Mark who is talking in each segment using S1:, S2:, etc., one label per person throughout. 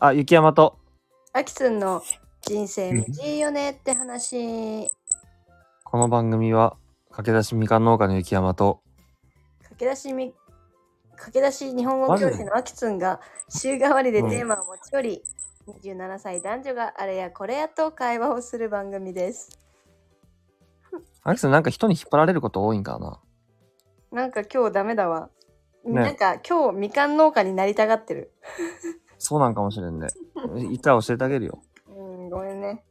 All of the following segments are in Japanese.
S1: あ、雪山と。
S2: あきつんの人生短いよねって話。
S1: この番組は、駆け出しみかん農家の雪山と、
S2: 駆け出しみ、駆け出し日本語教師のあきつんが週替わりでテーマを持ち寄り、27歳男女があれやこれやと会話をする番組です。
S1: あれですね、なんか人に引っ張られること多いんかな。
S2: なんか今日ダメだわ。
S1: ね
S2: なんか今日みかん農家になりたがってる。
S1: そうなんかもしれん ね。いたら教えてあげるよ。
S2: うん、ごめんね。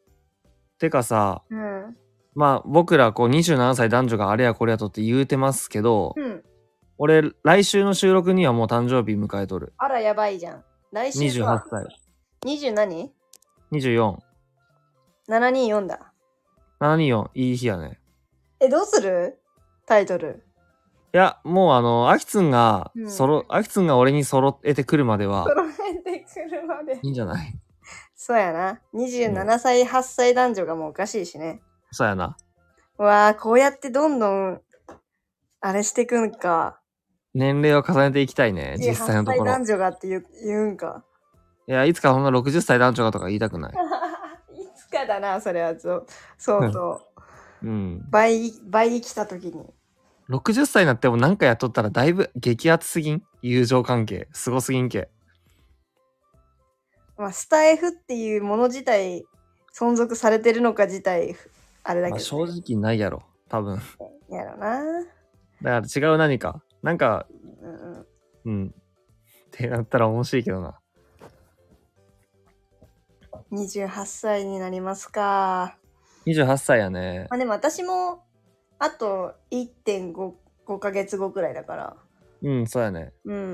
S1: てかさ、
S2: うん。
S1: まあ僕らこう27歳男女があれやこれやとって言うてますけど、
S2: うん。
S1: 俺来週の収録にはもう誕生日迎えとる。
S2: あら、やばいじゃん。来週
S1: 28
S2: は
S1: 歳、
S2: 20何
S1: 24、
S2: ?724 だ。
S1: 724、いい日やね。
S2: え、どうするタイトル。
S1: いや、もうあの、あきつんが
S2: う、ん
S1: そろ、あきつんが俺に揃えてくるまでは、
S2: 揃えてくるまで。
S1: いいんじゃない
S2: そうやな。27歳、8歳男女がもうおかしいしね。
S1: そうやな。
S2: うわあ、こうやってどんどん、あれしてくんか。
S1: 年齢を重ねていきたいね、実際のとこ
S2: 28歳
S1: ろ。
S2: 男女がって言う言うんか。
S1: いや、いつかそんな60歳男女がとか言いたくない。
S2: いつかだな、それは。そう相当。
S1: うん。
S2: 倍、倍来た時に。
S1: 60歳になってもなんかやっとったらだいぶ激アツすぎん友情関係。すごすぎんけ。
S2: まあ、スタイフっていうもの自体、存続されてるのか自体、あれだ
S1: まあ、
S2: け
S1: 正
S2: ど、
S1: 直ないやろ。多分。
S2: やろな。
S1: だから違う何か。なんか、
S2: うんうん。
S1: うん。ってなったら面白いけどな。
S2: 28歳になりますか。
S1: 28歳やね
S2: ま。あでも私もあと1.5ヶ月後くらいだから。
S1: うん、そうやね。
S2: うんうんうんう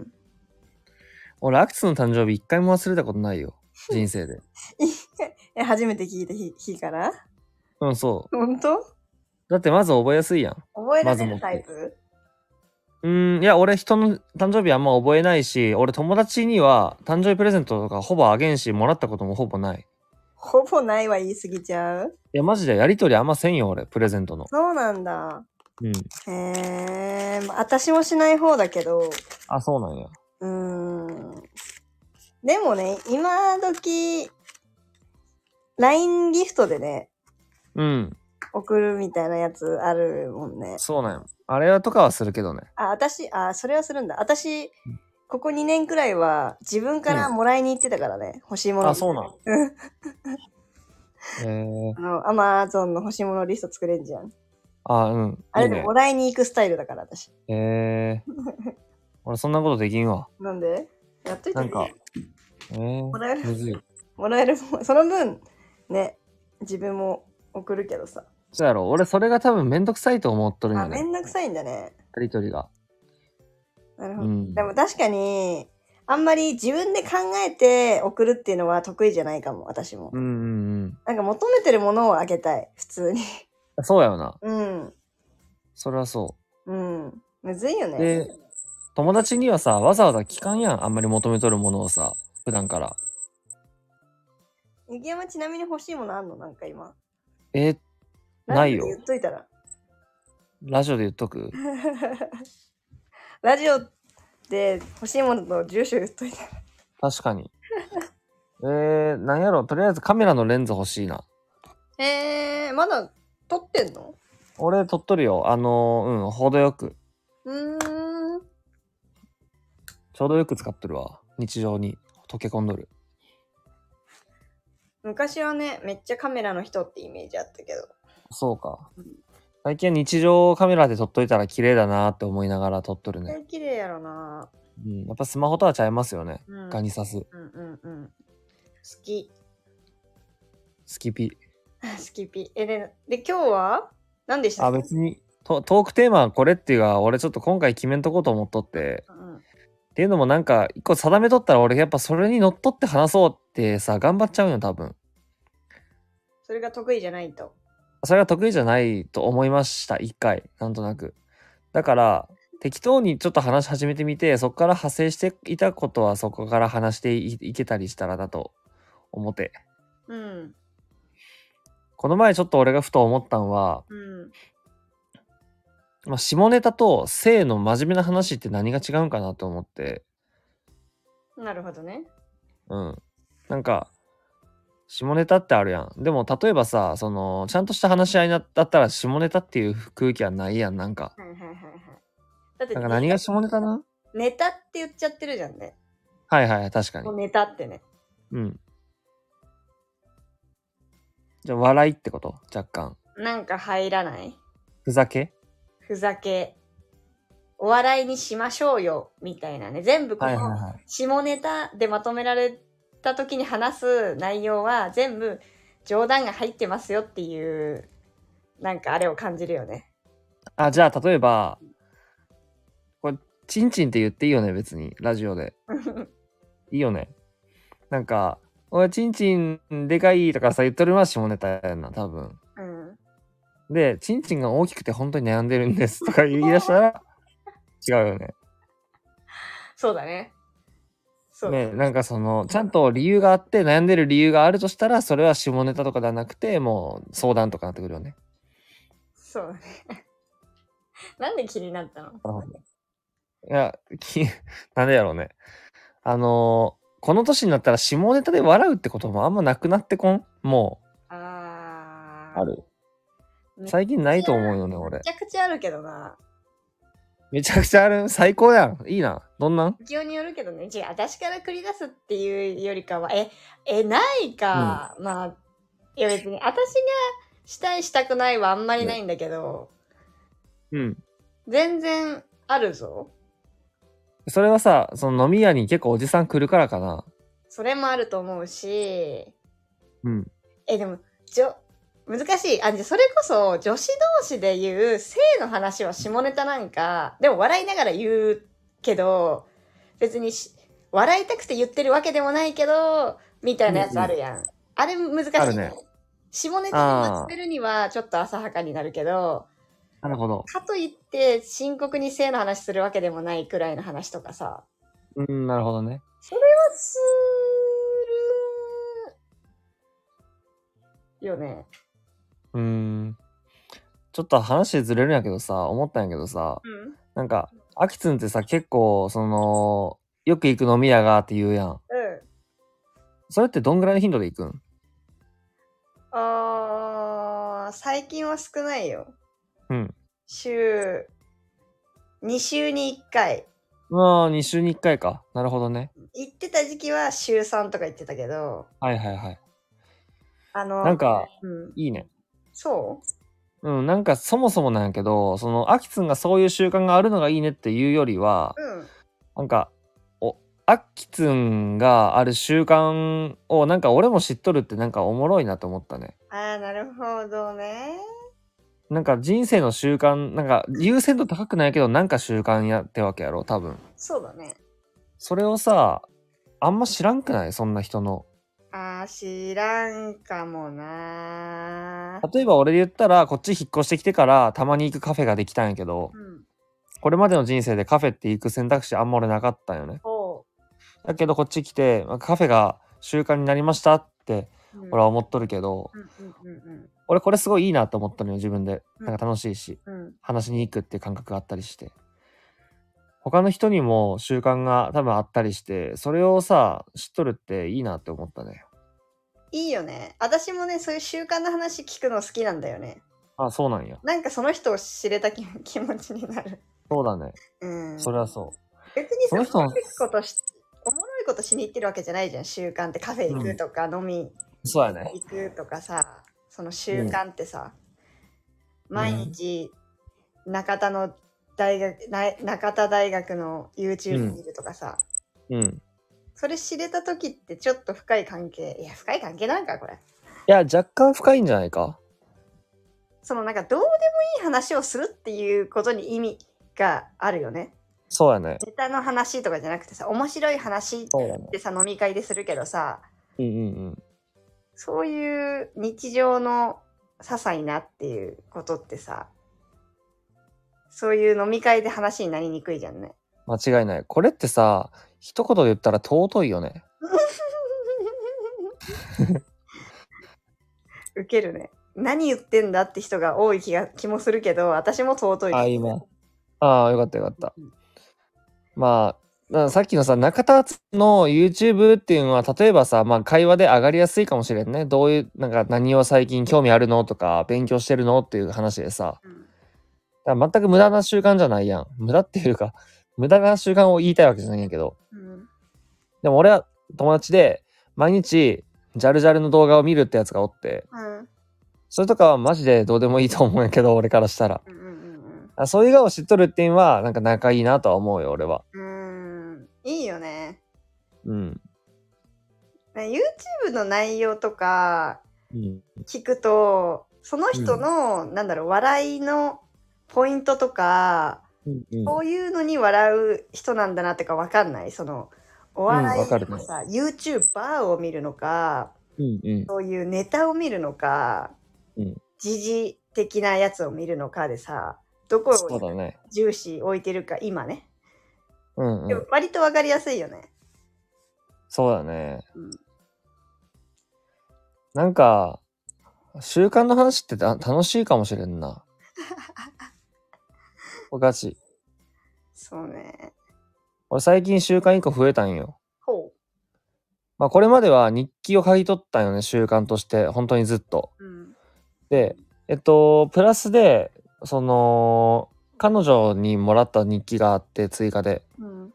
S2: ん。
S1: 俺、アクスの誕生日一回も忘れたことないよ。人生で。
S2: え、初めて聞いた日日から
S1: うん、そう。
S2: 本当
S1: だってまず覚えやすいやん。
S2: 覚えら
S1: まず
S2: れ
S1: 持っ
S2: る
S1: て
S2: タイプ
S1: うん、いや、俺人の誕生日あんま覚えないし、俺友達には誕生日プレゼントとかほぼあげんし、もらったこともほぼない。
S2: ほぼないは言い過ぎちゃう
S1: いや、マジでやりとりあんませんよ、俺、プレゼントの。
S2: そうなんだ。
S1: うん。
S2: へえー、まあ私もしない方だけど、
S1: あ、そうなんや。
S2: うーん。でもね、今時、LINE ギフトでね、
S1: うん。
S2: 送るみたいなやつあるもんね。
S1: そうなんや。あれとかはするけどね。
S2: あ、私、あ、それはするんだ。私、ここ2年くらいは自分からもらいに行ってたからね、欲しいもの。
S1: あ、そうなん。 えー、
S2: あの、アマゾンの欲しいものリスト作れんじゃん。
S1: あ、うん。
S2: あ
S1: い
S2: れ
S1: い
S2: でも
S1: ね。
S2: もらいに行くスタイルだから、私。
S1: えー。俺、そんなことできんわ。
S2: なんでやっといて
S1: なんか、え
S2: もらえ
S1: ー、
S2: る
S1: むずい。
S2: もらえるもん、その分、ね、自分も送るけどさ。
S1: そうやろ。俺、それが多分めんどくさいと思っとるん
S2: あ、
S1: や
S2: め
S1: ね。
S2: んどくさいんだね。
S1: やりとりが。
S2: なる
S1: う
S2: ほど。
S1: ん。
S2: でも確かに、あんまり自分で考えて送るっていうのは得意じゃないかも、私も
S1: う。んうん
S2: なんか求めてるものをあげたい、普通に。
S1: うん。そうやよな。
S2: うん。
S1: それはそ
S2: うん。むずいよ
S1: う。
S2: ね。
S1: で、友達にはさ、わざわざ聞かんやん。あんまり求めとるものをさ、普段から。
S2: ゆきやまちなみに欲しいものあんのなんか今。
S1: えー、ないよ
S2: ラジオで言っといたら。
S1: ラジオで言っとく
S2: ラジオで欲しいものと住所言っといたら。
S1: 確かに。 えー、なんやろとりあえずカメラのレンズ欲しいな。
S2: えー、まだ撮ってんの
S1: 俺、撮っとるよ。あのーうん、程よく。
S2: うーん。
S1: ちょうどよく使っとるわ。日常に溶け込んどる。
S2: 昔はね、めっちゃカメラの人ってイメージあったけど。
S1: そうか。最近は日常をカメラで撮っといたら綺麗だなって思いながら撮っとる
S2: 絶
S1: ね。
S2: 対綺麗やろな。
S1: うん、やっぱスマホとはちゃいますよね。
S2: うん。
S1: ガニサス。好
S2: うんうんうん。好き。
S1: きピ。
S2: 好きピ。え、で、で今日は何でした
S1: あ、
S2: っけ
S1: 別に。トトークテーマはこれっていうが、俺ちょっと今回決めんとこうと思っとって。
S2: うん
S1: っていうのもなんか、一個定めとったら俺やっぱそれに乗っ取って話そうってさ、頑張っちゃうよ、多分。
S2: それが得意じゃないと。
S1: それが得意じゃないと思いました、一回。なんとなく。だから、適当にちょっと話し始めてみて、そこから派生していたことはそこから話していいけたりしたらなと思って。
S2: うん。
S1: この前ちょっと俺がふと思ったんは、
S2: うん。
S1: まあ、下ネタと性の真面目な話って何が違うんかなと思って。
S2: なるほどね。
S1: うん。なんか、下ネタってあるやん。でも、例えばさ、その、ちゃんとした話し合いなだったら、下ネタっていう空気はないやん、なんか。
S2: はいはいはいはい。だって
S1: なんか何が下ネタな
S2: ネタって言っちゃってるじゃんね。
S1: はいはい、確かに
S2: もう。ネタってね。
S1: うん。じゃあ、笑いってこと若干。
S2: なんか入らない
S1: ふざけ
S2: ふざけ。お笑いにしましょうよ、みたいなね。全部こ
S1: はいはい
S2: の
S1: は
S2: 下ネタでまとめられた時に話す内容は全部冗談が入ってますよっていう、なんかあれを感じるよね。
S1: い。あ、じゃあ、例えば、これ、チンチンって言っていいよね、別に。ラジオで。いいよね。なんか、おい、チンチンでかいとかさ、言っとるのは下ネタやんな、多分。
S2: うん。
S1: で、チンチンが大きくて本当に悩んでるんですとか言い出した ら、違うよね。
S2: そうだね。そうだ
S1: ね、なんかその、ちゃんと理由があって、悩んでる理由があるとしたら、それは下ネタとかではなくて、もう相談とかなってくるよね。
S2: そうだね。 なんで気になったの
S1: なるほどいや、き、 なんでやろうね。あのーこの年になったら下ネタで笑うってこともあんまなくなってこんも
S2: あ
S1: う。
S2: ー。
S1: る。最近ないと思うよね、
S2: め
S1: 俺
S2: ち。ゃくちゃあるけどな。
S1: めちゃくちゃある。最高やん。いいな。どんなん
S2: 勢いによるけどね。違う、私から繰り出すっていうよりかは、え、え、ないか。まあ、いや別に、私がしたい、したくないはあんまりないんだけど、
S1: うん。
S2: 全然あるぞ。
S1: それはさ、その飲み屋に結構おじさん来るからかな。
S2: それもあると思うし、
S1: うん。
S2: え、でも、じょ、難しい。あ、じゃあそれこそ、女子同士で言う性の話は下ネタなんか、でも笑いながら言うけど、別にし、笑いたくて言ってるわけでもないけど、みたいなやつあるやん。あれ難しい。
S1: あるね
S2: 下ネタにまつれるには、ちょっと浅はかになるけど、
S1: なるほど。
S2: かといって、深刻に性の話するわけでもないくらいの話とかさ、
S1: うん、なるほどね。
S2: するよね。
S1: うーん。ちょっと話ずれるんやけどさ、思ったんやけどさ、
S2: うん。
S1: なんか、アキツンってさ、結構、その、よく行く飲み屋がって言うやん。
S2: うん。
S1: それってどんぐらいの頻度で行くん
S2: あー最近は少ないよ。
S1: うん。
S2: 週、2週に1回。
S1: まあ、2週に1回か。なるほどね。
S2: 行ってた時期は週3とか行ってたけど、
S1: はいはいはい。
S2: あの、
S1: なんか、
S2: うん、
S1: いいね。
S2: そ
S1: うん、なんかそもそもなんやけど、その、アキツンがそういう習慣があるのがいいねっていうよりは
S2: う、うん。
S1: なんか、お、アキツンがある習慣を、なんか俺も知っとるってなんかおもろいなと思ったね。
S2: ああ、なるほどね。
S1: なんか人生の習慣、なんか優先度高くないけど、なんか習慣やってわけやろ、多分。
S2: そうだね。
S1: それをさ、あんま知らんくないそんな人の。
S2: あー知らんかもなー。
S1: 例えば俺で言ったら、こっち引っ越してきてから、たまに行くカフェができたんやけど、
S2: うん。
S1: これまでの人生でカフェって行く選択肢あんま俺なかったんよね。
S2: ほ
S1: だけどこっち来て、まあカフェが習慣になりましたって、
S2: う。うん
S1: 俺は思っとるけど、
S2: うんうんうん
S1: 俺これすごいいいなと思ったのよ、自分で。
S2: うん
S1: なんか楽しいし、
S2: うん。うん。
S1: 話しに行くっていう感覚があったりして。他の人にも習慣が多分あったりして、それをさ、知っとるっていいなって思ったね。
S2: いいよね。私もね、そういう習慣の話聞くの好きなんだよね。
S1: あ、そうなんや。
S2: なんかその人を知れた気 気持ちになる。
S1: そうだね。
S2: うん。
S1: それはそう。
S2: 別に
S1: その
S2: さ
S1: 人
S2: おもろいことし、おもろいことしに行ってるわけじゃないじゃん。習慣ってカフェ行くとか、飲み
S1: そうやね。
S2: 行くとかさ、その習慣ってさ、毎日中田の大学、な中田大学の YouTube 見るとかさ、
S1: うん。
S2: それ知れた時ってちょっと深い関係、いや、深い関係なんか、これ。
S1: いや、若干深いんじゃないか。
S2: そのなんかどうでもいい話をするっていうことに意味があるよね。
S1: そうやね。
S2: ネタの話とかじゃなくてさ、面白い話っ
S1: そうだね。
S2: てさ、飲み会でするけどさ、
S1: うんうんうん。
S2: そういう日常の些細なっていうことってさ、そういう飲み会で話になりにくいじゃんね。
S1: 間違いない。これってさ、一言で言ったら尊いよね。
S2: ウケるね。何言ってんだって人が多い気が気もするけど、私も尊い。
S1: あ、今。ああ、よかったよかった。まあ、なさっきのさ、中田敦の YouTube っていうのは、例えばさ、まあ、会話で上がりやすいかもしれんね。どういう、なんか、何を最近興味あるのとか、勉強してるのっていう話でさ、
S2: うん
S1: だから全く無駄な習慣じゃないやん。無駄っていうか、無駄な習慣を言いたいわけじゃないんやけど。
S2: うん
S1: でも俺は友達で、毎日、ジャルジャルの動画を見るってやつがおって、
S2: うん
S1: それとかはマジでどうでもいいと思うんやけど、俺からしたら。
S2: うんうん
S1: あそういう顔知っとるっていうのは、なんか仲いいなとは思うよ、俺は。
S2: うんうんいいよね
S1: うん。
S2: ね YouTube の内容とか
S1: うん。
S2: 聞くとその人の、なんだろう笑いのポイントとか、
S1: うん
S2: こういうのに笑う人なんだなってかわかんないそのお笑
S1: うん
S2: い
S1: わかる
S2: とかさ、YouTuber を見るのか
S1: うん。うん。
S2: そういうネタを見るのか、
S1: うん
S2: 時事的なやつを見るのかでさどこ
S1: そう
S2: を
S1: だね。
S2: 重視置いてるか今ね、
S1: うん、う
S2: でも
S1: ん。
S2: 割とわかりやすいよね。
S1: そうだね。
S2: うん
S1: なんか、習慣の話ってた楽しいかもしれん な。おかしい。
S2: そうね。
S1: 俺最近習慣一個増えたんよ。
S2: ほ
S1: まあこれまでは日記を書き取ったんよね、習慣として。本当にずっと。
S2: う。うん。
S1: で、えっと、プラスで、その、彼女にもらった日記があって、追加で。
S2: うん。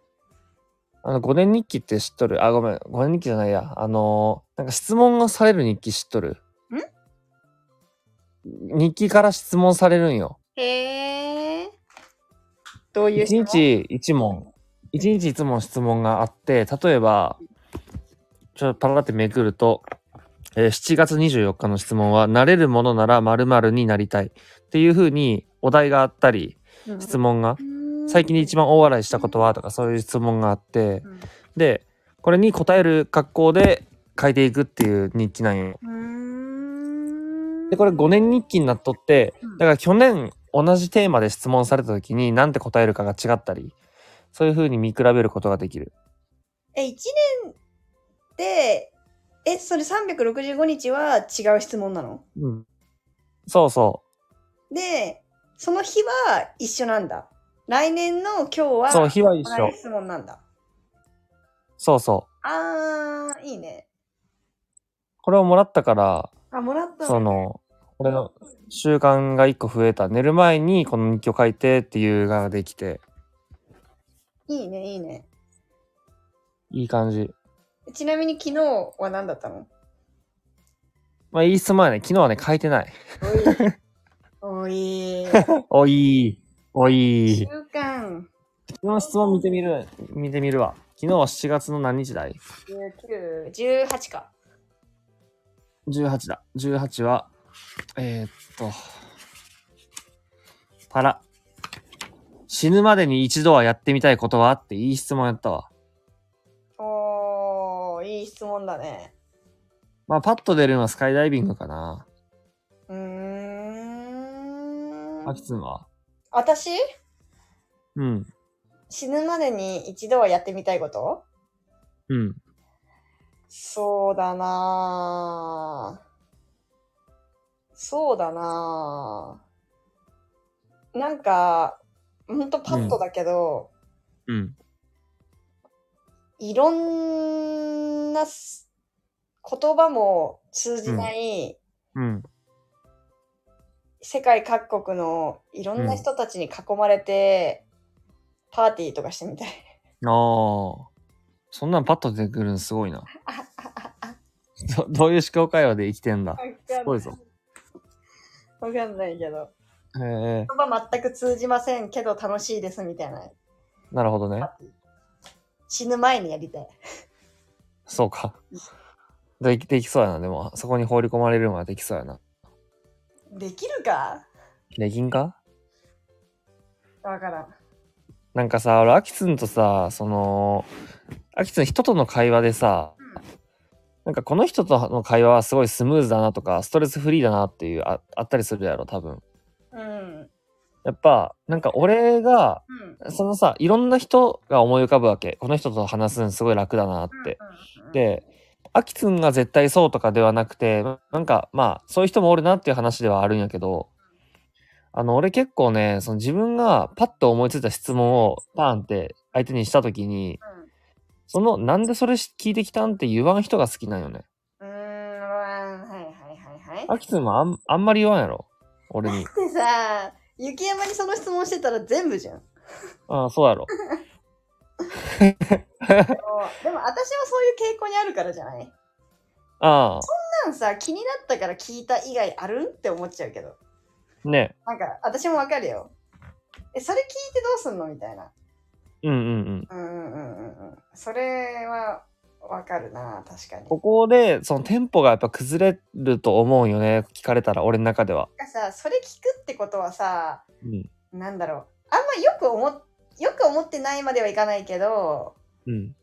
S1: あの、5年日記って知っとるあ、ごめん。5年日記じゃないや。あのーなんか質問がされる日記知っとる
S2: ん
S1: 日記から質問されるんよ。
S2: へえ。どういう
S1: 1日1問。1日いつも質問があって、例えば、ちょっとパラってめくると、えー7月24日の質問は、なれるものなら〇〇になりたいっていう風にお題があったり、質問が、
S2: 問
S1: 最近で一番大笑いしたことはとかそういう質問があって、でこれに答える格好で書いていくっていう日記なんよ。
S2: うん。
S1: でこれ5年日記になっとって
S2: うん
S1: だから去年同じテーマで質問された時に何て答えるかが違ったりそういう風に見比べることができる。
S2: え、1年で、え、それ365日は違う質問なの
S1: うん、そうそ
S2: で、その日は一緒なんだ。来年の今日
S1: う
S2: は、
S1: そう日は一
S2: 同
S1: 緒
S2: じ質問なんだ。
S1: そうそう
S2: あー、いいね。
S1: これをもらったから
S2: あ、もらったの
S1: その俺の習慣が1個増えた寝る前にこの日記を書いてっていうのができて
S2: いいね、いいね。
S1: いい感じ。
S2: ちなみに昨日は何だった の
S1: まあいい質問やね昨日はね書いてない。
S2: おい。お
S1: お
S2: い。
S1: いおい
S2: 習慣
S1: 昨日の質問見てみる、見てみるわ。昨日は7月の何日だい
S2: 19、18か。
S1: ?18 だ。18は、えー、っと、パラ。死ぬまでに一度はやってみたいことはっていい質問やったわ。
S2: おー、いい質問だね。
S1: まあ、パッと出るのはスカイダイビングかな。
S2: うーん
S1: アキツンは。
S2: 私
S1: うん。
S2: 死ぬまでに一度はやってみたいこと
S1: うん。
S2: そうだなぁ。そうだなぁ。なんか、ほんとパッとだけど、
S1: うん。
S2: いろんなす言葉も通じない
S1: うん。
S2: 世界各国のいろんな人たちに囲まれて、パーティーとかしてみたい。
S1: あー。そんなんパッと出てくるのすご いな。どどういう思考会話で生きてんだ。すごいぞ。
S2: わかんないけど。
S1: へえ
S2: 言葉全く通じませんけど楽しいですみたいな。
S1: なるほどね。
S2: 死ぬ前にやりたい。
S1: そうか。できできそうやな。でも、そこに放り込まれるのはできそうやな。
S2: できるか
S1: できんか
S2: わからん。
S1: なんかさ、俺、アキツンとさ、その、アキツン人との会話でさ、なんかこの人との会話はすごいスムーズだなとか、ストレスフリーだなっていう、ああったりするやろ、多分。
S2: うん。
S1: やっぱ、なんか俺が、
S2: うん。
S1: そのさ、いろんな人が思い浮かぶわけ。この人と話すのすごい楽だなって。
S2: うん、
S1: で、アキツンが絶対そうとかではなくて、なんかまあ、そういう人もおるなっていう話ではあるんやけど、あの、俺結構ね、その自分がパッと思いついた質問をパーンって相手にしたときに、その、なんでそれ聞いてきたんって言わん人が好きなんよね。
S2: うん。うーん、はいはいはいはい。
S1: アキツンもあんあんまり言わんやろ。俺に。
S2: でさ、雪山にその質問してたら全部じゃん。
S1: ああ、そうやろ。
S2: でもでも私はそういう傾向にあるからじゃない
S1: あ
S2: 普段さ、気になったから聞いた以外あるって思っちゃうけど。
S1: あ、ね。
S2: なんか、私もわかるよ。え、それ聞いてどうすんのみたいな。
S1: うんうんうん。
S2: うんうんうんうんうん。それはわかるな、確かに。
S1: ここで、そのテンポがやっぱ崩れると思うよね。聞かれたら、俺の中では。
S2: なんかさ、それ聞くってことはさ、
S1: うん。
S2: なんだろう。あんまよく思っ、よく思ってないまではいかないけど、
S1: うん。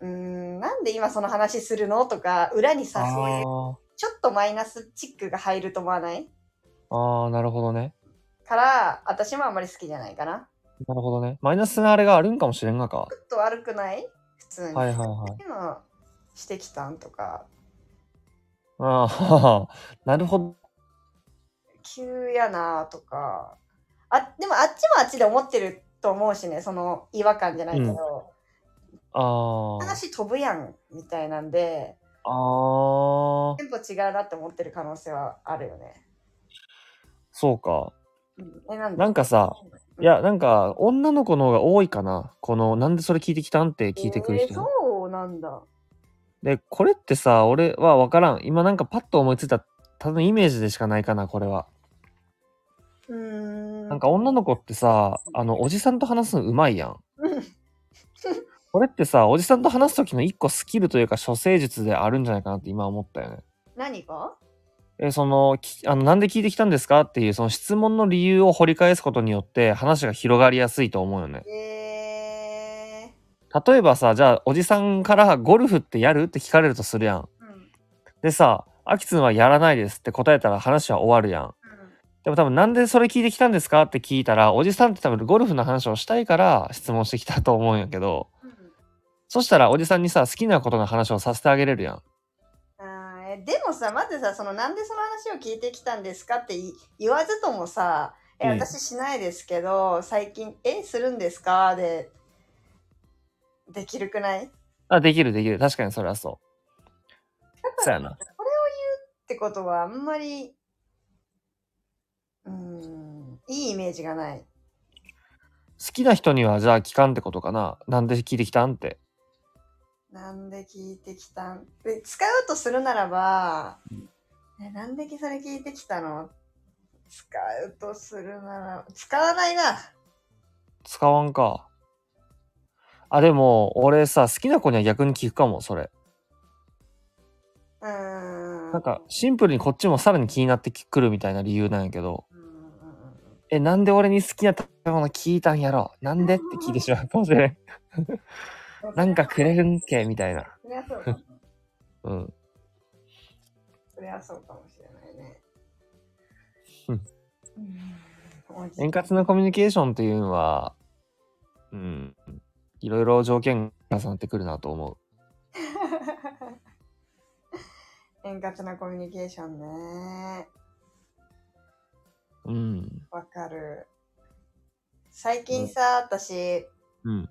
S2: うーん、なんで今その話するのとか、裏にさ、そういう、
S1: あ
S2: ちょっとマイナスチックが入ると思わない
S1: あ、ああ、なるほどね。
S2: から、私もあんまり好きじゃないかな。
S1: なるほどね。マイナスなあれがあるんかもしれんがか。
S2: ちょっと悪くない普通に。
S1: はいはいはい。
S2: 今、してきたんとか、
S1: ああ、 なるほど。
S2: 急やなとかあでもあっちもあっちで思ってると思うしねその違和感じゃないけど、
S1: ああ。
S2: 話飛ぶやんみたいなんで
S1: ああ、
S2: テンポ違うなって思ってる可能性はあるよね。
S1: そうか。
S2: うんえなんで
S1: なんかさ、いや、なんか、女の子の方が多いかな。この、なんでそれ聞いてきたんって聞いてくる
S2: えー
S1: 人。
S2: そうなんだ。
S1: で、これってさ、俺は分からん。今なんかパッと思いついた、ただのイメージでしかないかな、これは。
S2: うーん。
S1: なんか女の子ってさ、あの、おじさんと話すのうまいやん。
S2: うん
S1: これってさ、おじさんと話す時の一個スキルというか、処世術であるんじゃないかなって今思ったよね。
S2: 何が
S1: えそのきあのなんで聞いてきたんですかっていうその質問の理由を掘り返すことによって話が広がりやすいと思うよね。
S2: え
S1: 例えばさじゃあおじさんから「ゴルフってやる?」って聞かれるとするやん。
S2: ー、うんうん
S1: でさ「あきつんはやらないです」って答えたら話は終わるやん。でも多分なんでそれ聞いてきたんですかって聞いたらおじさんって多分ゴルフの話をしたいから質問してきたと思うんやけど
S2: うん
S1: そしたらおじさんにさ好きなことの話をさせてあげれるやん。
S2: あーえでもさまずさそのなんでその話を聞いてきたんですかってい言わずともさ「え
S1: うん
S2: 私しないですけど最近えするんですか?」でできるくないっ
S1: あできるできる確かにそれはそう。そうやな。
S2: てことはあんまりうーんいいイメージがない。
S1: 好きな人にはじゃあ聞かんってことかななんで聞いてきたんって。
S2: なんで聞いてきたんで使うとするならば、えなんでそれ聞いてきたの使うとするなら使わないな。
S1: 使わんか。あ、でも、俺さ、好きな子には逆に聞くかも、それ。
S2: うーん。
S1: なんか、シンプルにこっちもさらに気になってくるみたいな理由なんやけど、
S2: うんうんうんうん
S1: え、なんで俺に好きな食べ物聞いたんやろなんでって聞いてしまうかもしれん。なんかくれるんけみたいな。
S2: そりゃそうかも。
S1: うん。
S2: そりゃそうかもしれないね。
S1: うん
S2: うんおじ
S1: 円滑なコミュニケーションっていうのは、うん。いろいろ条件が重なってくるなと思う。
S2: 円滑なコミュニケーションね。
S1: うん。
S2: わかる。最近さ、私、
S1: うん。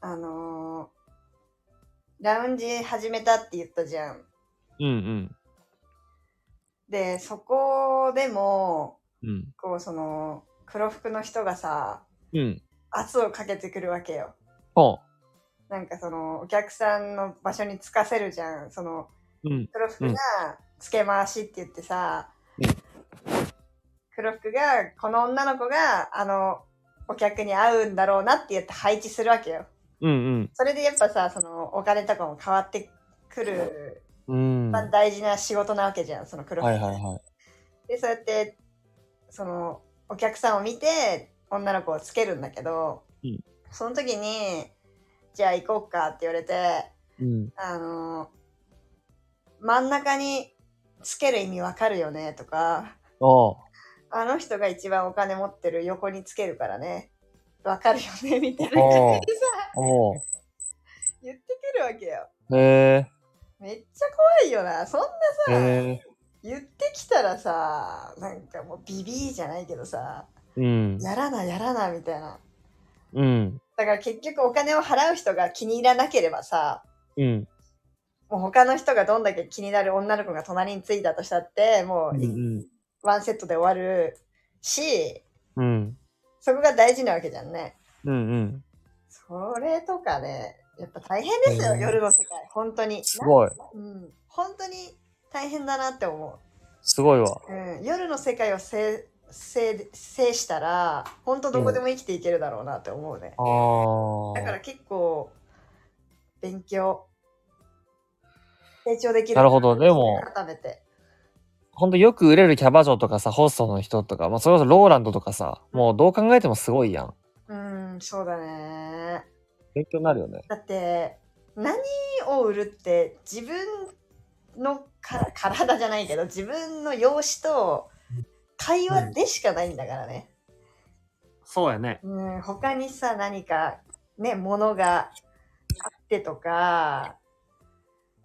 S2: あのーラウンジ始めたって言ったじゃん。
S1: うんうん。
S2: で、そこでも、
S1: うん。
S2: こう、その、黒服の人がさ、
S1: うん。
S2: 圧をかけてくるわけよ。
S1: ほ
S2: なんかその、お客さんの場所につかせるじゃん。その、
S1: う。うん。
S2: 黒服がつけ回しって言ってさ、
S1: うん
S2: 黒服がこの女の子があのお客に合うんだろうなって言って配置するわけよ
S1: うん
S2: それでやっぱさそのお金とかも変わってくる、
S1: うん。うん。
S2: まあ
S1: はい
S2: 大事な仕事なわけじゃんその黒服、
S1: はいはい。
S2: でそうやってそのお客さんを見て女の子をつけるんだけど、
S1: うん
S2: その時にじゃあ行こうかって言われて
S1: うん。
S2: あの真ん中につける意味わかるよねとか、
S1: おう
S2: あの人が一番お金持ってる横につけるからね、わかるよねみたいな感
S1: おう
S2: じでさ、
S1: お
S2: 言ってくるわけよ。
S1: うへ
S2: めっちゃ怖いよな。そんな
S1: えへえ
S2: 言ってきたらさなんかもうビビーじゃないけどさ
S1: うん。
S2: やらなやらなみたいな
S1: うん。
S2: だから結局お金を払う人が気に入らなければさ
S1: うん。
S2: もう他の人がどんだけ気になる女の子が隣についたとしたっても
S1: う。
S2: うんワンセットで終わるし
S1: うん。
S2: そこが大事なわけじゃんね
S1: うん。うん。
S2: それとかねやっぱ大変ですよ、
S1: うん
S2: 夜の世界本当に
S1: すごい。
S2: うん、本当に大変だなって思
S1: すごいわ。
S2: う、うん、夜の世界を制制制したら本当どこでも生きていけるだろうなって思うね、
S1: あ
S2: だから
S1: あ。
S2: 結構勉強成長できる
S1: なるほど。でも、
S2: 改めて
S1: ほんとよく売れるキャバ嬢とかさ、ホストの人とか、まあ、それこそローランドとかさ、もうどう考えてもすごいやん。
S2: うんそうだね
S1: 勉強になるよね。
S2: だって何を売るって自分のか体じゃないけど自分の容姿と会話でしかないんだからね、
S1: そうやね。
S2: うん、他にさ何かねものがあってとか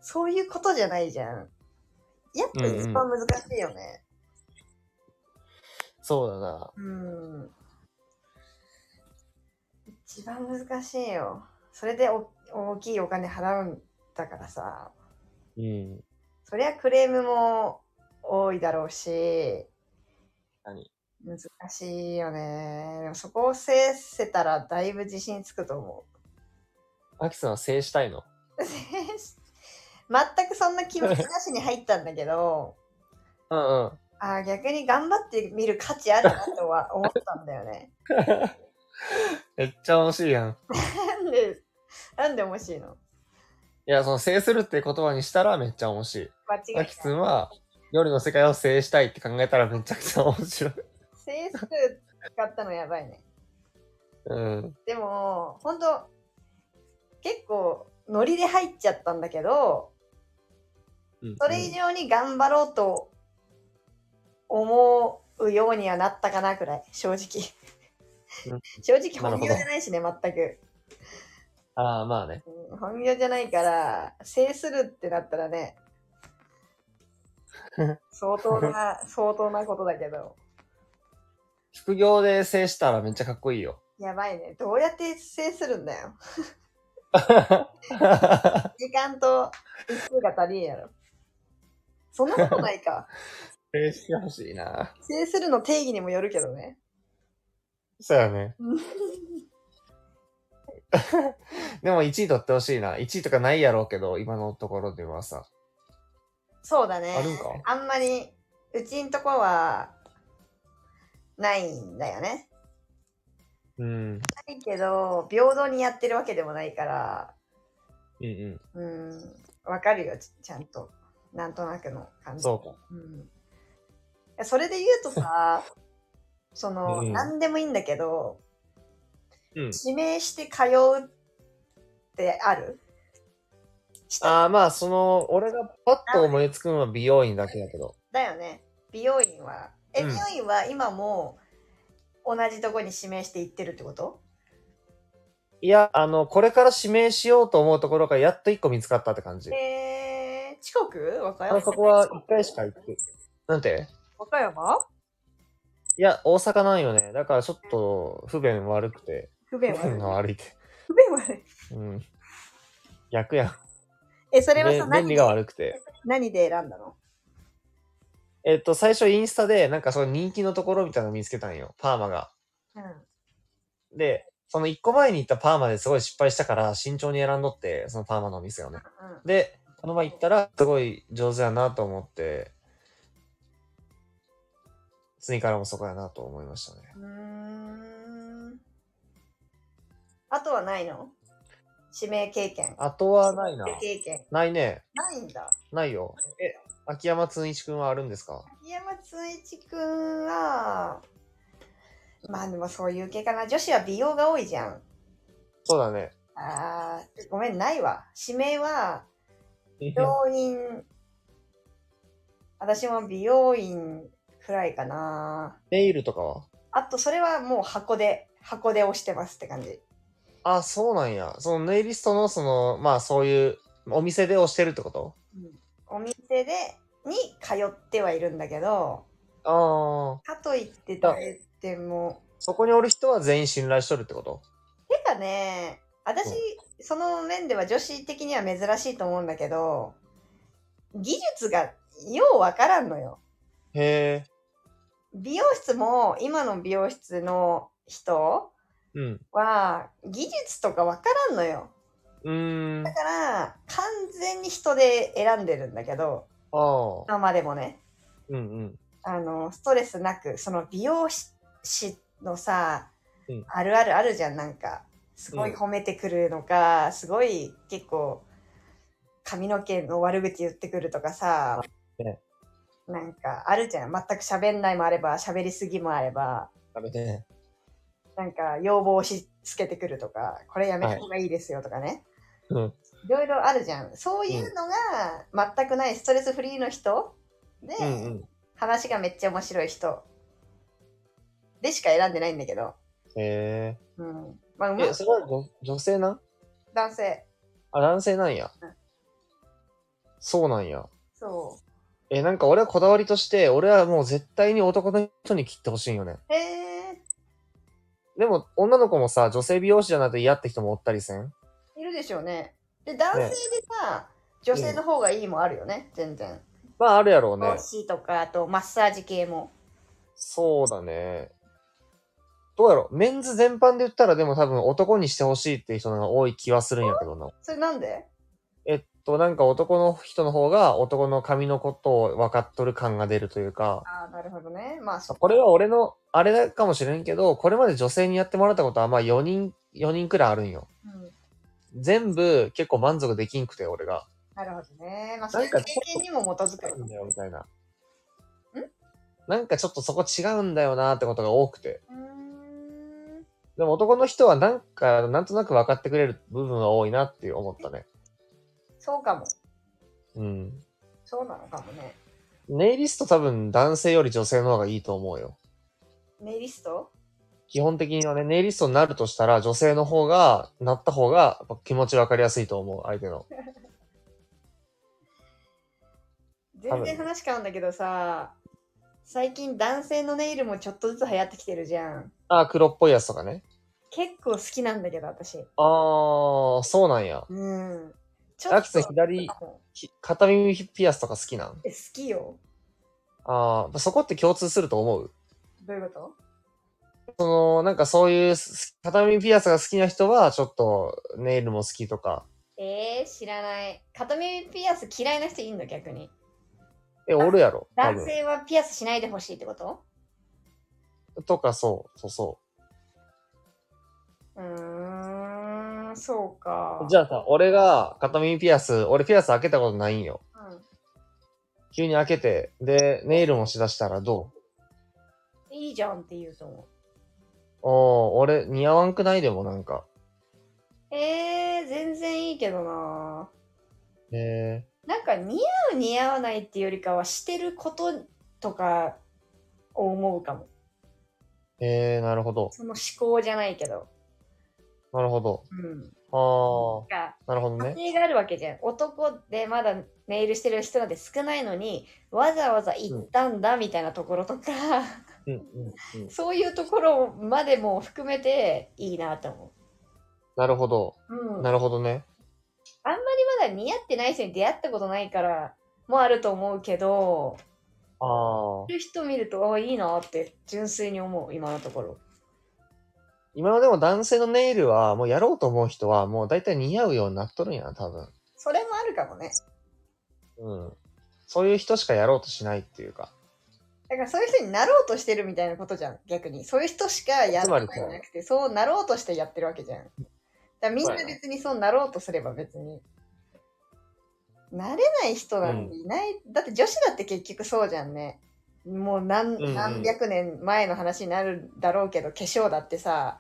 S2: そういうことじゃないじゃんやっぱ一番難しいよね
S1: そうだな。
S2: うん、一番難しいよそれでお大きいお金払うんだからさ
S1: うん。
S2: そりゃクレームも多いだろうし
S1: 何
S2: 難しいよねでもそこを制せたらだいぶ自信つくと思う
S1: アキさんは制したいの
S2: 全くそんな気持ちなしに入ったんだけど
S1: うんうん。
S2: あー逆に頑張ってみる価値あるなとは思ったんだよね
S1: めっちゃ面白いやん。
S2: なんでなんで面白いの
S1: いや、その制するって言葉にしたらめっちゃ面白い。
S2: 間違いな
S1: ア
S2: い
S1: キツンは夜の世界を制したいって考えたらめちゃくちゃ面白い。
S2: 整数使ったのやばいね
S1: うん。
S2: でも本当結構ノリで入っちゃったんだけどそれ以上に頑張ろうと思うようにはなったかなくらい正直
S1: うん
S2: 正直本
S1: な
S2: 業
S1: るほど
S2: じゃないしね全く
S1: ああ、まあね。
S2: うん本業じゃないから制するってなった らね相当な相当なことだけど
S1: 副業で制したらめっちゃかっこいいよ。
S2: やばいねどうやって制するんだよ時間と日数が足りんやろそんなことない か
S1: 制してほしいな。
S2: 制するの定義にもよるけどね
S1: そうや ね
S2: うん。
S1: でも1位取ってほしいな。1位とかないやろうけど、今のところではさ。
S2: そうだね
S1: あるんか
S2: あんまりうちんとこはないんだよね
S1: うん。
S2: ないけど平等にやってるわけでもないから
S1: うんう
S2: うん、わかるよ、ちちゃんと。なんとなくの感
S1: ん。
S2: じ。
S1: そうか。
S2: うんいや、それで言うと さ、その、
S1: うん
S2: 何でもいいんだけど、
S1: うん。
S2: 指名して通うってあるした
S1: ああ、まあ、その、俺がパッと思いつくのは美容院だけだけど。
S2: だよね。美容院は。え、
S1: うん
S2: 美容院は今も同じとこに指名して行ってるってこと
S1: いや、あの、これから指名しようと思うところがやっと1個見つかったって感じ。
S2: えー、近く和歌
S1: あ
S2: 山
S1: そこは1回しか行って。なんて
S2: 和歌山
S1: いや、大阪なんよね。だからちょっと不便悪くて。
S2: 不
S1: 不
S2: 便
S1: 便が
S2: は
S1: 悪いて。
S2: 不便はね。
S1: うん。逆やん。
S2: え、それは
S1: で
S2: さ、
S1: 便
S2: 何
S1: 利が
S2: で
S1: 悪くて。
S2: 何で選んだの
S1: えっと、最初インスタで、なんかその人気のところみたいなの見つけたんよ。パーマが。
S2: うん。
S1: で、その1個前に行ったパーマですごい失敗したから、慎重に選んどって、そのパーマのお店をね。
S2: うん
S1: で、この前行ったら、すごい上手やなと思って、次からもそこやなと思いましたね。
S2: うーんあとはないの指名経験。
S1: あとはないな
S2: 指。名経験。
S1: ないね。
S2: ないんだ。
S1: ないよ。え、秋山つんいちくんはあるんですか
S2: 秋山ついちくんは、まあでもそういう系かな。女子は美容が多いじゃん。
S1: そうだね。
S2: あーごめん、ないわ。指名は、病院、私も美容院くらいかな。
S1: ネイルとかは
S2: あと、それはもう箱で、箱で押してますって感じ。
S1: あ、そうなんや。そのネイリストの、その、まあそういう、お店で押してるってこと
S2: お店でに通ってはいるんだけど、
S1: ああ。
S2: かといって誰でも、
S1: そこにおる人は全員信頼しとるってこと
S2: てかね、私、その面では女子的には珍しいと思うんだけど、技術がようわからんのよ。
S1: へえ。
S2: 美容室も、今の美容室の人
S1: うん。
S2: は、技術とかわからんのよ。
S1: うーん。あ
S2: だから、完全に人で選んでるんだけど、
S1: あ。
S2: 今までもね、
S1: うんうん。
S2: あの、ストレスなく、その美容師のさ、
S1: うん
S2: あるあるあるじゃん、なんか、すごい
S1: うん
S2: 褒めてくるのか、すごい結構、髪の毛の悪口言ってくるとかさ、
S1: ね
S2: なんか、あるじゃん。全く喋んないもあれば、喋りすぎもあれば、
S1: 食べてね。
S2: なんか、要望を押し付けてくるとか、これやめた方がいいですよとかね。
S1: うん。
S2: いろいろあるじゃん。そういうのが全くないストレスフリーの人で、
S1: うんうん。
S2: 話がめっちゃ面白い人でしか選んでないんだけど。
S1: へ
S2: うん。まあ、う
S1: え。
S2: まい
S1: え、それは女女性なん
S2: 男性。
S1: あ、男性なんや
S2: うん。
S1: そうなんや。
S2: そ
S1: え、なんか俺はこだわりとして、俺はもう絶対に男の人に切ってほしいんよね。
S2: う。へえ
S1: でも、女の子もさ、女性美容師じゃないと嫌って人もおったりせん
S2: ー、いるでしょうね。で、男性でさ、女性の方がいいもあるよね、全然。
S1: まあ、あるやろうね
S2: 帽。子とか、あとマッサージ系も。
S1: そうだね。どうやろうメンズ全般で言ったらでも多分男にしてほしいっていう人の方が多い気はするんやけどな。
S2: それなんで
S1: えっと、なんか男の人の方が男の髪のことを分かっとる感が出るというか、
S2: ああ、なるほどね。まあ、そ
S1: これは俺のあれだかもしれんけど、これまで女性にやってもらったことはまあ4人、4人くらいあるんよ。
S2: うん。
S1: 全部結構満足できんくて、俺が。
S2: なるほどね。まあ、そういう
S1: なん
S2: 経
S1: かちょっと
S2: 験にも基づ
S1: 違うん
S2: く。
S1: だよ、みたいな。んなんかちょっとそこ違うんだよなってことが多くて。
S2: うーん。
S1: でも男の人はなんか、なんとなく分かってくれる部分は多いなって思ったね。
S2: そうかも。
S1: うん。
S2: そうなのかもね。
S1: ネイリスト多分男性より女性の方がいいと思うよ。
S2: ネイリスト
S1: 基本的にはね、ネイリストになるとしたら女性の方が、なった方がやっぱ気持ち分かりやすいと思う、相手の。
S2: 全然話変わんだけどさ最近男性のネイルもちょっとずつ流行ってきてるじゃん
S1: ああ、黒っぽいやつとかね。
S2: 結構好きなんだけど私
S1: ああ、そうなんや。
S2: うんち
S1: アキさん左、ひ片耳ピアスとか好きなん
S2: え好きよ
S1: ああ、そこって共通すると思う
S2: どういうこと
S1: その、なんかそういうす、片耳ピアスが好きな人は、ちょっと、ネイルも好きとか。
S2: えー、知らない片耳ピアス嫌いな人いんの逆に
S1: え、おるやろ多
S2: 男
S1: 分。
S2: 性はピアスしないでほしいってこと
S1: とか、そう、そうそう
S2: ーんそうか
S1: う。じゃあさ、俺が、片耳ピアス、俺ピアス開けたことないんよ。
S2: うん
S1: 急に開けて、で、ネイルもしだしたらど
S2: いいじゃんって言うと思
S1: うおー、俺、似合わんくないでも、なんか。
S2: うえー、全然いいけどな
S1: へえ。
S2: なんか似合う似合わないっていうよりかはしてることとかを思うかも。
S1: へえ、なるほど。
S2: その思考じゃないけど。
S1: なるほど。
S2: うん。
S1: あ
S2: なん
S1: あ、
S2: か
S1: なるほど
S2: 家
S1: ね。
S2: 庭があるわけじゃん。男でまだネイルしてる人なんて少ないのにわざわざ行ったんだみたいなとこ ろとか、
S1: うん、うん、うん。
S2: そういうところまでも含めていいなと思
S1: なるほど。
S2: う。うん。
S1: なるほどね。
S2: あんまりまだ似合ってない人に出会ったことないからもあると思うけど、
S1: ああ。
S2: いる人見るとあいいなって純粋に思う今のところ。
S1: 今のでも男性のネイルは、もうやろうと思う人は、もう大体似合うようになっとるんやな、多分。
S2: それもあるかもね。
S1: うん。そういう人しかやろうとしないっていうか。
S2: だからそういう人になろうとしてるみたいなことじゃん、逆に。そういう人しかやらないんじゃなくて、そうなろうとしてやってるわけじゃん。だからみんな別にそうなろうとすれば別に。なれない人なんていない。だって女子だって結局そうじゃんね。もう
S1: ん
S2: 何,、
S1: うん
S2: 何百年前の話になるだろうけど、化粧だってさ、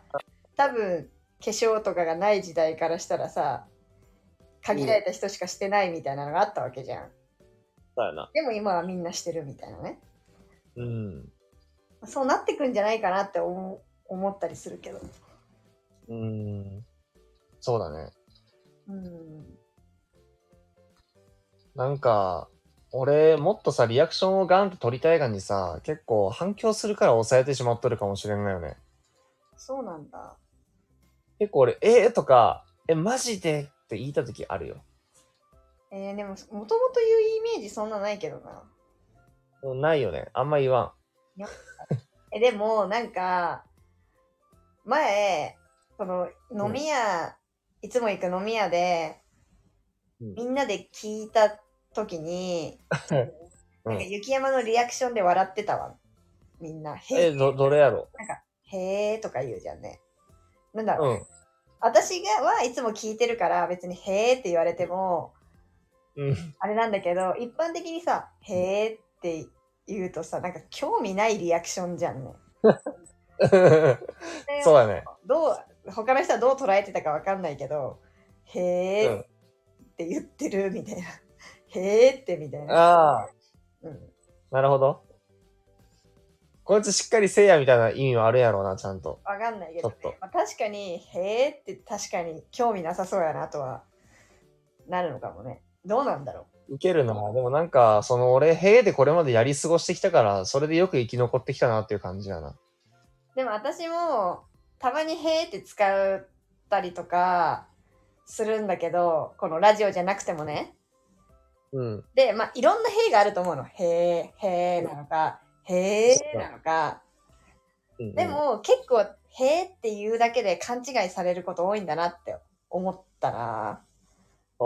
S2: 多分化粧とかがない時代からしたらさ、限られた人しかしてないみたいなのがあったわけじゃん。
S1: だよな。
S2: でも今はみんなしてるみたいなね。
S1: うん。
S2: そうなってくんじゃないかなって思思ったりするけど。
S1: うん。そうだね。
S2: うん。
S1: なんか、俺、もっとさ、リアクションをガンって取りたいがにさ、結構反響するから抑えてしまっとるかもしれんないよね。
S2: そうなんだ。
S1: 結構俺、えー、とか、え、マジでって言いた時あるよ。
S2: えー、でも、もともと言うイメージそんなないけどな。
S1: ないよね。あんま言わ
S2: え、でも、なんか、前、その、飲み屋、いつも行く飲み屋で、
S1: うん
S2: みんなで聞いた時に、
S1: ん。う
S2: なんか
S1: ん、
S2: 雪山のリアクションで笑ってたわ。みんな、へ
S1: え、ど、どれやろ
S2: へーとか言うじゃんね。なんだろう、
S1: うん。
S2: 私がはいつも聞いてるから別にへーって言われても、
S1: うん。
S2: あれなんだけど、一般的にさ、へーって言うとさ、なんか興味ないリアクションじゃんね。
S1: そうだね。
S2: どう、他の人はどう捉えてたかわかんないけど、へーって言ってるみたいな。 へーってみたいな。
S1: ああ、
S2: うん、
S1: なるほど。こいつしっかりせいやみたいな意味はあるやろうな、ちゃんと。
S2: わかんないけど、ね
S1: ちょっと
S2: まあ、確かに、へーって確かに興味なさそうやなとは、なるのかもね。どうなんだろ
S1: ウケるな。でもなんか、その俺、へえでこれまでやり過ごしてきたから、それでよく生き残ってきたなっていう感じやな。
S2: う。でも私も、たまにへーって使ったりとか、するんだけど、このラジオじゃなくてもね。
S1: うん。
S2: で、まあ、いろんな「へ」があると思うの。へー、へーなのか、へーなのか。
S1: うんうん
S2: で、も、結構、へーって言うだけで勘違いされること多いんだなって思ったな。
S1: あ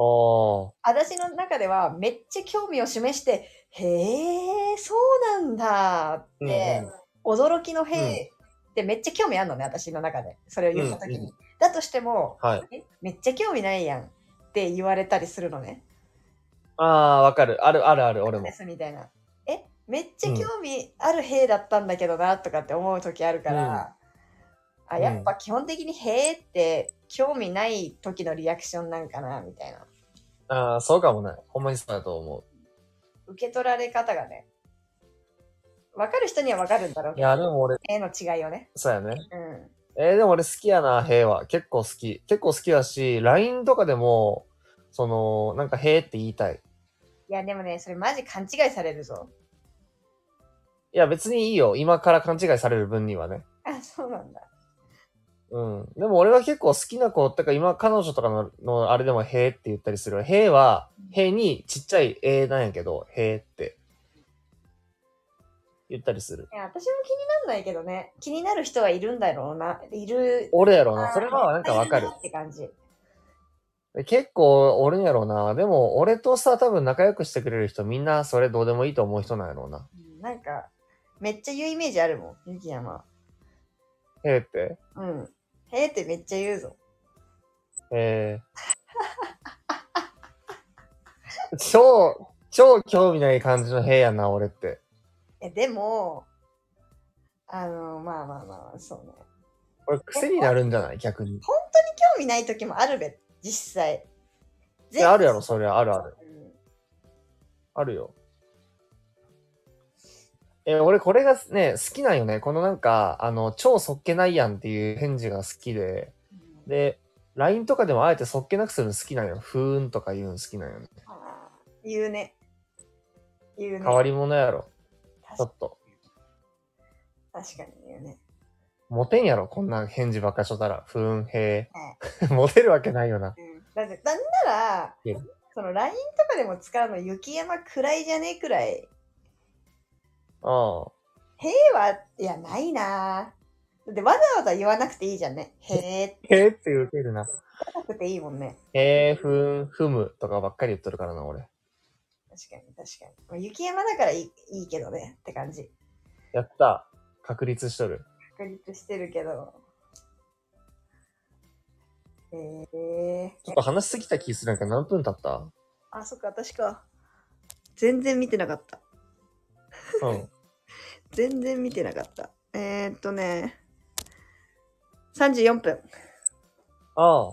S2: 私の中では、めっちゃ興味を示して、へー、そうなんだっ
S1: うん
S2: て、驚きのへーってめっちゃ興味あるのね、私の中で。それを言った時に。
S1: うんう
S2: だとしても、
S1: あ、はい。
S2: えめっちゃ興味ないやんって言われたりするのね。
S1: ああ、わかる。あるあるある、俺も
S2: で。すみたいな。えめっちゃ興味ある兵だったんだけどなとかって思う時あるから、あ
S1: うん
S2: やっぱ基本的に兵って興味ない時のリアクションなんかなみたいな
S1: ああ、そうかもね。ほんまにそうだと思
S2: 受け取られ方がね分かる人には分かるんだろう
S1: う。い
S2: けど
S1: や、でも俺、
S2: 兵の違いをね、
S1: そうやね。
S2: うん、
S1: えーでも俺好きやな、へえは。結構好き。結構好きだし、LINE とかでも、その、なんか、へえって言いたい。
S2: いやでもねそれマジ勘違いされるぞ
S1: いや、別にいいよ。今から勘違いされる分にはね。
S2: あそうなんだ
S1: うん。でも俺は結構好きな子、とか今彼女とかののあれでもへーって言ったりする。へーは、へーにちっちゃいえーなんやけど、へーって言ったりする。
S2: いや私も気になんないけどね気になる人はいるんだろうないる
S1: 俺やろうな。それはなんかわか
S2: い
S1: る
S2: る。って感じ
S1: で結構おるんやろうな。でも俺とさ、多分仲良くしてくれる人みんなそれどうでもいいと思う人なんやろうな。
S2: うんなんか、めっちゃ言うイメージあるもん、雪山。
S1: へーって。
S2: うん。へーってめっちゃ言うぞ。
S1: えー。超、超興味ない感じのへーやな、俺って。
S2: え、でも、あの、まあまあまあ、そうね。
S1: 俺癖になるんじゃない逆に。
S2: 興味ない時もあるべ、実際。
S1: いやあるやろ、それあるある。
S2: うん
S1: あるよ。えー俺これがね、好きなんよね。このなんか、あの、超そっけないやんっていう返事が好きで。
S2: うん
S1: で、LINE とかでもあえてそっけなくするの好きなんよ。ふーんとか言うの好きなんよね。
S2: あー言うね。言うね。
S1: 変わり者やろ。ちょっ
S2: 確
S1: と。
S2: 確かに言うね。
S1: モテんやろ、こんな返事ばっかしとったら。ふーん、へー。 モテるわけないよな。
S2: うん。だって、なんなら
S1: いや、
S2: その LINE とかでも使うの雪山くらいじゃねえくらい。
S1: うん。
S2: へーは、いや、ないなーだってわざわざ言わなくていいじゃんね。へーって
S1: へーって受けるな。
S2: なくていいもんね。
S1: へー、ふーん、ふむとかばっかり言っとるからな、俺。
S2: 確かに確かに。まあ、雪山だからいいいいけどねって感じ。
S1: やった。確立しとる。
S2: 確立してるけど。えー、
S1: ちょっと話しすぎた気するんやけど、何分経った
S2: あ、そっか、私か。全然見てなかった。
S1: うん。
S2: 全然見てなかった。えー、っとね、34分。
S1: ああ。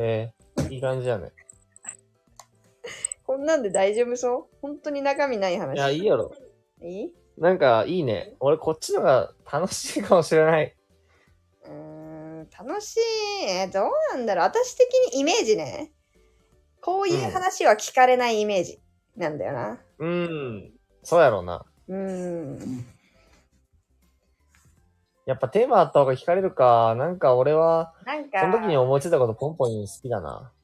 S1: ええいい感じやね。
S2: こんなんで大丈夫そう本当に中身ない話。
S1: いや、いいやろ。
S2: いい
S1: なんか、いいね。俺、こっちのが楽しいかもしれない。
S2: うーん、楽しい。えどうなんだろう私的にイメージね。こういう話は聞かれないイメージなんだよな。
S1: うん。そうやろうな。
S2: うーん。
S1: やっぱテーマあった方が聞かれるか。なんか俺は、
S2: なんか、
S1: その時に思いついたことポンポン言うの好きだな。
S2: うん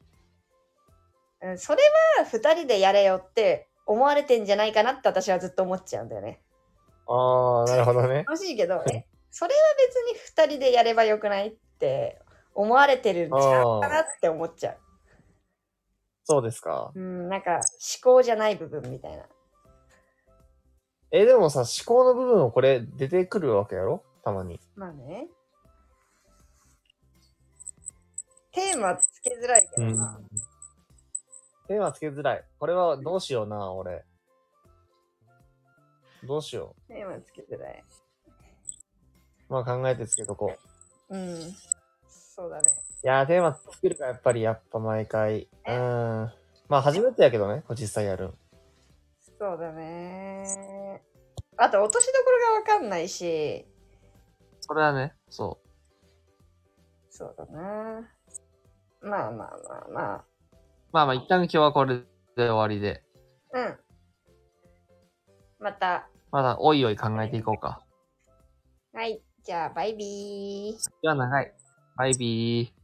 S2: それは二人でやれよって思われてんじゃないかなって私はずっと思っちゃうんだよね。
S1: あー、なるほどね。
S2: 楽しいけど、えそれは別に二人でやればよくないって思われてるんちゃうかなって思っちゃ
S1: そうですか。
S2: う。うん、なんか思考じゃない部分みたいな。
S1: え、でもさ、思考の部分をこれ出てくるわけやろたまに。
S2: まあね。テーマつけづらいけどな。
S1: テーマつけづらい。これはどうしような、俺。どうしよ
S2: テーマつけづらい。
S1: う。まあ考えてつけとこう。
S2: うん。そうだね。
S1: いやー、テーマ作るか、やっぱり、やっぱ毎回。うーん。まあ初めてやけどね、これ実際やるん。
S2: そうだね。あと、落としどころがわかんないし、
S1: それはね、そ
S2: そうだな。まあまあまあまあ。
S1: う。まあまあ一旦今日はこれで終わりで、
S2: うん。また。
S1: まだおいおい考えていこうか。
S2: はい。じゃあ、バイビー。
S1: では長い。バイビー。